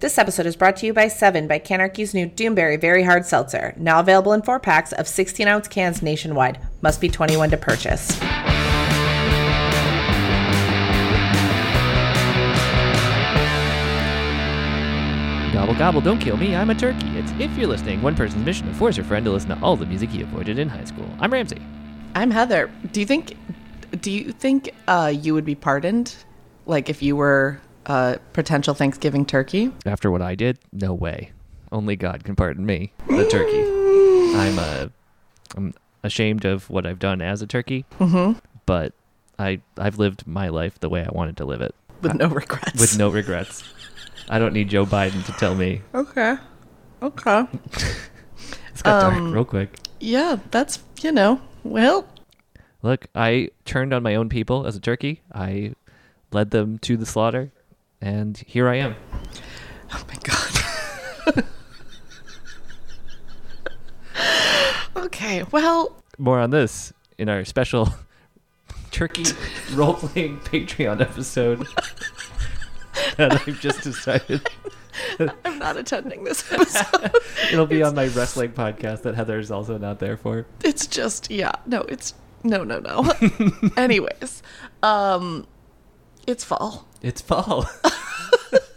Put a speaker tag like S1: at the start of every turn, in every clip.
S1: This episode is brought to you by Seven by Canarchy's new Doomberry Very Hard Seltzer, now available in four packs of 16 ounce cans nationwide. Must be 21 to purchase.
S2: Gobble gobble, don't kill me, I'm a turkey. It's if you're listening, one person's mission to force your friend to listen to all the music he avoided in high school. I'm Ramsey.
S3: I'm Heather. Do you think do you think uh, you would be pardoned like if you were a potential Thanksgiving turkey?
S2: After what I did, no way. Only God can pardon me, the turkey. I'm uh, I'm ashamed of what I've done as a turkey,
S3: Mhm.
S2: but I I've lived my life the way I wanted to live it,
S3: With no regrets.
S2: with no regrets. I don't need Joe Biden to tell me.
S3: Okay. Okay.
S2: It's got dark real quick.
S3: Yeah, that's, you know, well,
S2: Look, I turned on my own people as a turkey. I led them to the slaughter, and here I am.
S3: oh my god. okay. Well,
S2: more on this in our special turkey role playing Patreon episode that I've just decided
S3: I'm not attending this episode.
S2: it'll be on my wrestling podcast that Heather's also not there for.
S3: it's just yeah no it's no no no anyways um it's fall
S2: It's fall.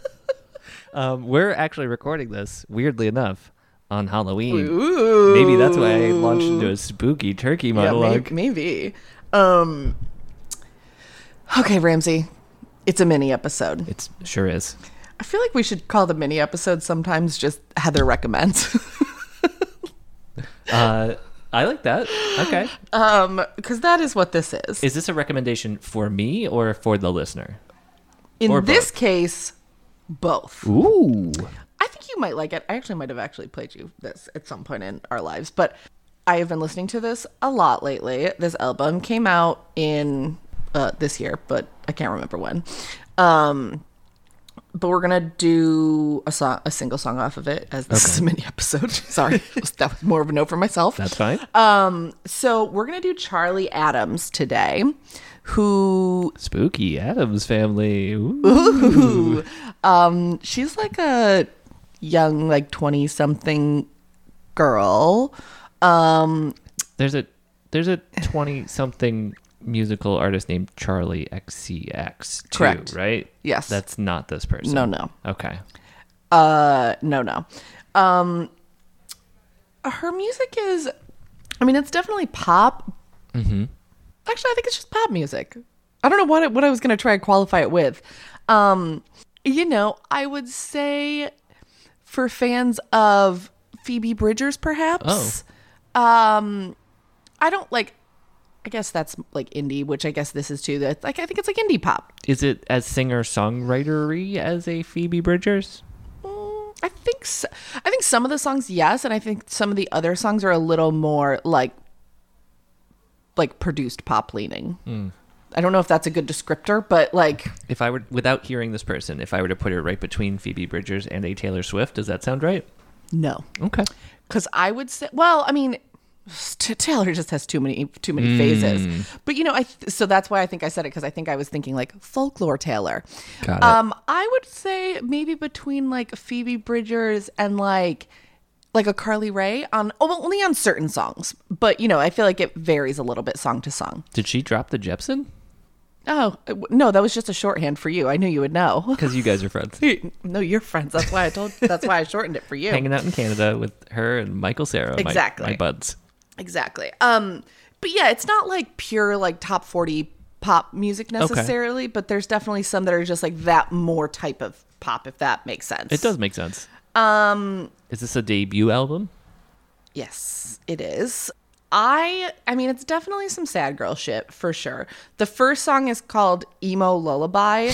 S2: um, we're actually recording this, weirdly enough, on Halloween.
S3: Ooh.
S2: Maybe that's why I launched into a spooky turkey
S3: yeah, may-
S2: monologue.
S3: maybe um okay ramsey it's a mini episode
S2: It's it sure is.
S3: i feel like we should call the mini episode sometimes just heather recommends
S2: Uh, I like that. Okay.
S3: um because that is what this is
S2: Is this a recommendation for me or for the listener? or
S3: in
S2: both.
S3: this case both
S2: Ooh.
S3: I think you might like it. I actually might have actually played you this at some point in our lives, but I have been listening to this a lot lately. This album came out in uh, this year, but I can't remember when. Um, but we're gonna do a song, a single song off of it, as this is a mini episode. Sorry, that was more of a note for myself.
S2: That's fine.
S3: so we're gonna do Charlie Adams today, who
S2: Spooky Adams family. Ooh.
S3: she's like a young, like twenty something girl. Um,
S2: There's a there's a twenty something musical artist named Charlie XCX too,
S3: Correct.
S2: right?
S3: Yes.
S2: That's not this person.
S3: No, no.
S2: Okay.
S3: Uh, no, no. Um, her music is, I mean, it's definitely pop. Mm-hmm. Actually, I think it's just pop music. I don't know what it, what I was gonna try and qualify it with. Um, you know, I would say for fans of Phoebe Bridgers, perhaps. Um, I don't like. I guess that's like indie, which I guess this is too. That like I think it's like indie pop.
S2: Is it as singer songwritery as a Phoebe Bridgers?
S3: Mm, I think so. I think some of the songs yes, and I think some of the other songs are a little more like like produced pop leaning. I don't know if that's a good descriptor, but like
S2: If I were without hearing this person, if I were to put it right between Phoebe Bridgers and a Taylor Swift, does that sound right?
S3: no,
S2: Okay.
S3: because I would say well, I mean. T- Taylor just has too many too many phases,
S2: Hmm.
S3: but you know I th- so that's why I think I said it because I think I was thinking like folklore Taylor.
S2: Got it.
S3: Um, I would say maybe between like Phoebe Bridgers and like like a Carly Rae on oh, well, only on certain songs, but you know, I feel like it varies a little bit song to song.
S2: Did she drop the Jepson?
S3: Oh w- no, that was just a shorthand for you. I knew you would know.
S2: Because you guys are friends.
S3: no, you're friends. That's why I told. That's why I shortened it for you.
S2: Hanging out in Canada with her and Michael Sarah, my-
S3: Exactly.
S2: my buds.
S3: Exactly. Um, but yeah, it's not like pure like top forty pop music necessarily, but there's definitely some that are just like that more type of pop, if that makes sense.
S2: It does make sense. Um, is this a debut album?
S3: Yes, it is. I I mean it's definitely some sad girl shit for sure. The first song is called Emo Lullaby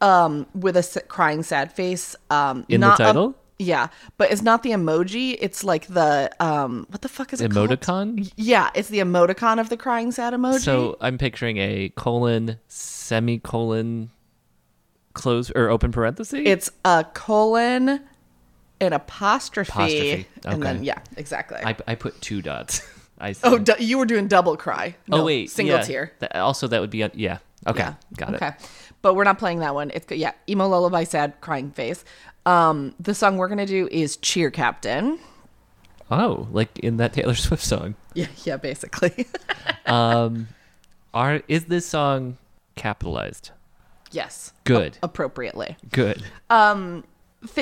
S3: um with a s- crying sad face um
S2: In the
S3: not a-
S2: title?
S3: yeah, but it's not the emoji, it's like the um what the Mm-hmm. fuck is it called?
S2: Emoticon.
S3: Yeah, it's the emoticon of the crying sad emoji.
S2: So I'm picturing a colon semicolon close or open parenthesis.
S3: it's a colon an apostrophe,
S2: Apostrophe,
S3: and
S2: okay.
S3: then yeah, exactly.
S2: I, I put two dots. I see.
S3: oh, du- you were doing double cry.
S2: Oh,
S3: No,
S2: wait,
S3: single
S2: yeah.
S3: tear.
S2: Th- also, that would be on, uh, yeah. Okay,
S3: Yeah.
S2: got it.
S3: Okay. but we're not playing that one. It's good. Yeah, emo lullaby, sad crying face. Um, the song we're gonna do is Cheer Captain.
S2: Oh, like in that Taylor Swift song.
S3: Yeah, yeah, basically.
S2: Are is this song capitalized?
S3: yes,
S2: Good.
S3: appropriately.
S2: Good.
S3: Fa-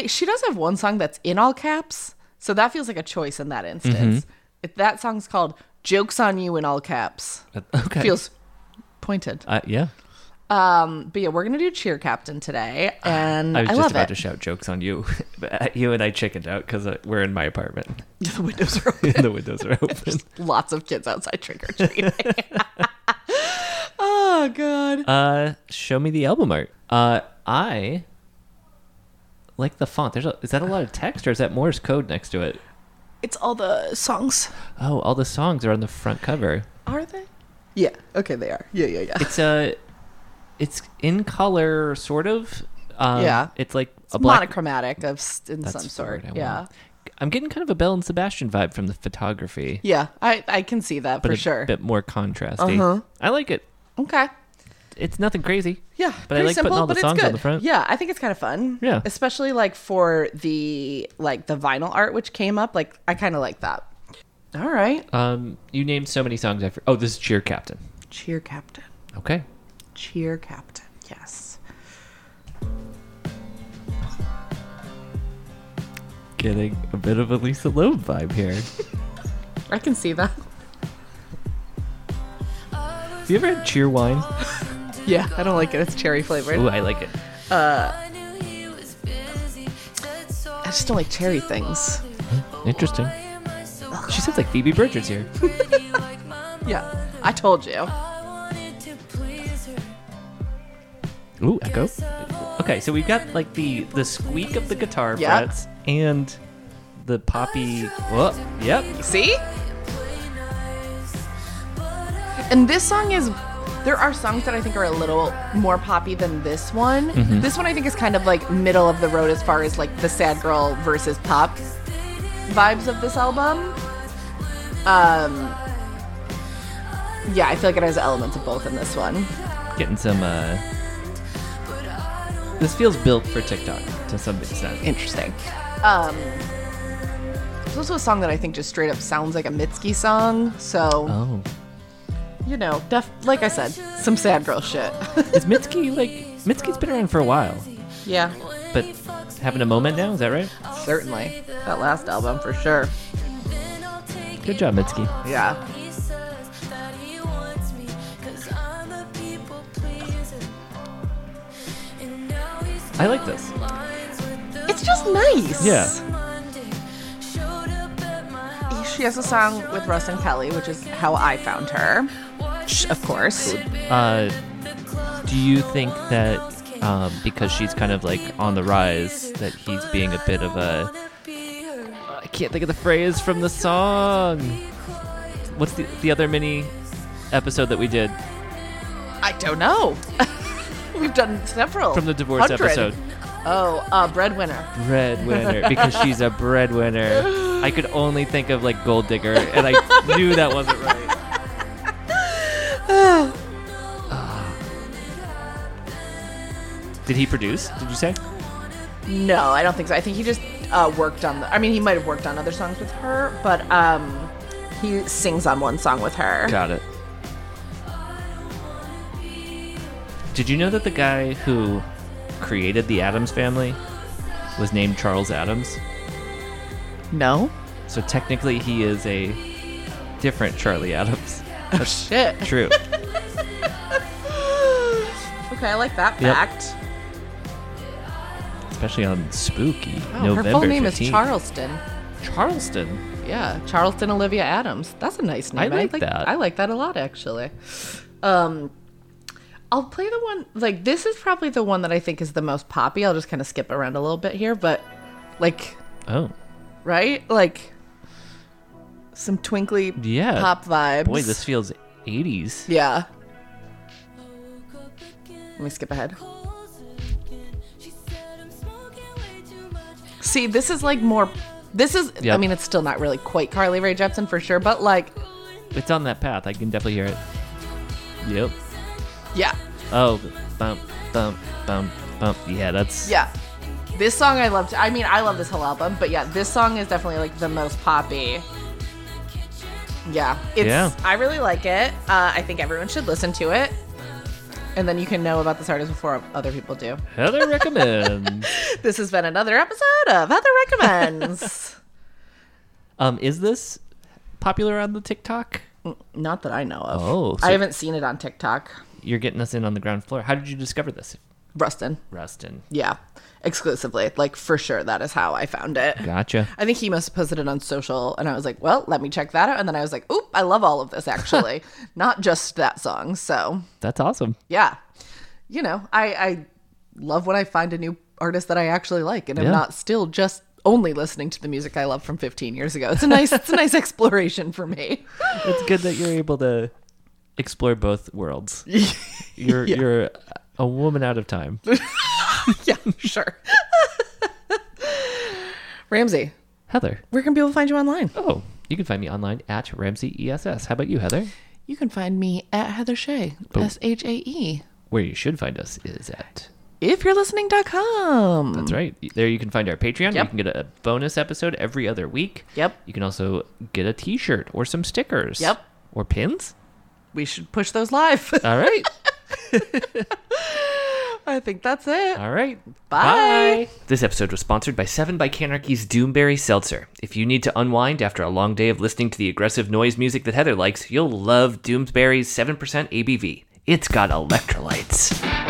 S3: She does have one song that's in all caps, so that feels like a choice in that instance.
S2: Mm-hmm.
S3: If that song's called "Jokes on You" in all caps,
S2: Uh, Okay.
S3: feels pointed.
S2: Uh, yeah.
S3: Um, but yeah, we're gonna do Cheer Captain today, and
S2: I
S3: I,
S2: was just
S3: love
S2: about
S3: it.
S2: to shout jokes on you, but uh, you and I chickened out because we're in my apartment.
S3: the windows are open.
S2: the windows are open.
S3: Lots of kids outside trick or treating. oh god.
S2: Uh, show me the album art. Uh, I like the font. There's a, is that a lot of text or is that Morse code next to it?
S3: It's all the songs.
S2: Oh, all the songs are on the front cover.
S3: Are they? Yeah. Okay, they are. Yeah, yeah, yeah.
S2: It's a, it's in color, sort of. Um,
S3: Yeah.
S2: It's like a
S3: It's
S2: black.
S3: monochromatic of s- in
S2: that's
S3: some
S2: the word
S3: sort.
S2: I
S3: Yeah.
S2: want. I'm getting kind of a Bell and Sebastian vibe from the photography,
S3: Yeah. I I can see that
S2: but
S3: for
S2: a
S3: sure.
S2: bit more contrasty.
S3: Uh-huh.
S2: I like it.
S3: Okay.
S2: It's nothing crazy.
S3: Yeah,
S2: But I
S3: pretty
S2: like putting all the
S3: but it's
S2: songs on
S3: good.
S2: the front.
S3: Yeah, I think it's kind of fun.
S2: Yeah.
S3: especially like for the like the vinyl art which came up. Like I kind of like that. All right,
S2: Um, you named so many songs. I for- oh, this is Cheer Captain.
S3: cheer captain,
S2: Okay.
S3: cheer captain. Yes,
S2: Getting a bit of a Lisa Loeb vibe here.
S3: I can see that.
S2: Have you ever had cheer wine?
S3: Yeah, I don't like it. It's cherry flavored.
S2: Ooh, I like it.
S4: I
S3: I just don't like cherry things.
S2: Interesting. She sounds like Phoebe Bridgers here.
S3: Yeah, I told you.
S2: Ooh, echo. Okay, so we've got like the the squeak of the guitar
S3: Yep.
S2: frets and the poppy. Whoa, yep.
S3: See? And this song is. There are songs that I think are a little more poppy than this one. This one I think is kind of like middle of the road as far as like the sad girl versus pop vibes of this album. Um, yeah, I feel like it has elements of both in this one.
S2: Getting some. uh This feels built for TikTok to some extent.
S3: Interesting. Um, it's also a song that I think just straight up sounds like a Mitski song. So
S2: Oh,
S3: you know, def- like I said, some sad girl shit.
S2: is Mitski like Mitski's been around for a while,
S3: yeah,
S2: but having a moment now? Is that right?
S3: certainly. That last album for sure.
S2: Good job, Mitski.
S3: Yeah.
S2: I like this.
S3: It's just nice.
S2: Yeah.
S3: She has a song with Russ and Kelly, which is how I found her. Sh- Of course.
S2: Uh, do you think that um, because she's kind of like on the rise, that he's being a bit of a I can't think of the phrase from the song. What's the the other mini episode that we did
S3: I don't know. We've done several.
S2: from the divorce
S3: Hundred.
S2: episode?
S3: Oh, uh, Breadwinner.
S2: Breadwinner, because she's a breadwinner. I could only think of like gold digger, and I knew that wasn't right. Did he produce? Did you say?
S3: No, I don't think so. I think he just uh, worked on the. I mean, he might have worked on other songs with her, but um, he sings on one song with her.
S2: Got it. Did you know that the guy who created the Adams family was named Charles Adams?
S3: No.
S2: So technically, he is a different Charlie Adams. That's
S3: Shit.
S2: true.
S3: okay, I like that
S2: Yep.
S3: fact.
S2: Especially on spooky
S3: Oh,
S2: November
S3: her full name
S2: 15th.
S3: is Charleston.
S2: Charleston.
S3: Yeah, Charleston Olivia Adams. That's a nice name.
S2: I like that.
S3: I like that a lot, actually. Um, I'll play the one like this is probably the one that I think is the most poppy. I'll just kind of skip around a little bit here, but like,
S2: Oh,
S3: right, like some twinkly
S2: Yeah.
S3: pop vibes.
S2: boy, this feels 80s.
S3: yeah. Let me skip ahead. See, this is like more. This is. I
S2: Yep.
S3: mean, it's still not really quite Carly Rae Jepsen for sure, but like,
S2: It's on that path. I can definitely hear it. Yep.
S3: yeah,
S2: Oh, bump, bump, bump, bump. Yeah, that's
S3: Yeah. This song I loved. I mean, I love this whole album, but yeah, this song is definitely like the most poppy. Yeah. It's
S2: Yeah.
S3: I really like it. Uh, I think everyone should listen to it. And then you can know about this artist before other people do.
S2: Heather recommends.
S3: This has been another episode of Heather Recommends.
S2: um, is this popular on the TikTok?
S3: Not that I know of.
S2: Oh, so-
S3: I haven't seen it on TikTok.
S2: You're getting us in on the ground floor. How did you discover this,
S3: Rustin.
S2: Rustin?
S3: Yeah. Exclusively. Like, for sure, that is how I found it.
S2: Gotcha.
S3: I think he must have posted it on social, and I was like, "Well, let me check that out." And then I was like, "Oop, I love all of this actually, not just that song." So
S2: That's awesome.
S3: yeah, you know, I I love when I find a new artist that I actually like, and
S2: Yeah.
S3: I'm not still just only listening to the music I love from 15 years ago. It's a nice it's a nice exploration for me.
S2: It's good that you're able to explore both worlds. You're you're a woman out of time.
S3: yeah, sure. Ramsey,
S2: Heather.
S3: where can people find you online?
S2: Oh, you can find me online at Ramsey ESS. How about you, Heather?
S3: You can find me at Heather Shea, S H A E.
S2: Where you should find us is at.
S3: If you're listening.com.
S2: That's right. There you can find our Patreon. You
S3: Yep.
S2: can get a bonus episode every other week.
S3: Yep.
S2: You can also get a T-shirt or some stickers.
S3: Yep.
S2: Or pins.
S3: We should push those live.
S2: All right.
S3: I think that's it.
S2: All right.
S3: Bye.
S2: This episode was sponsored by 7 by Canarchy's Doomberry Seltzer. If you need to unwind after a long day of listening to the aggressive noise music that Heather likes, you'll love Doomberry's 7% ABV. It's got electrolytes.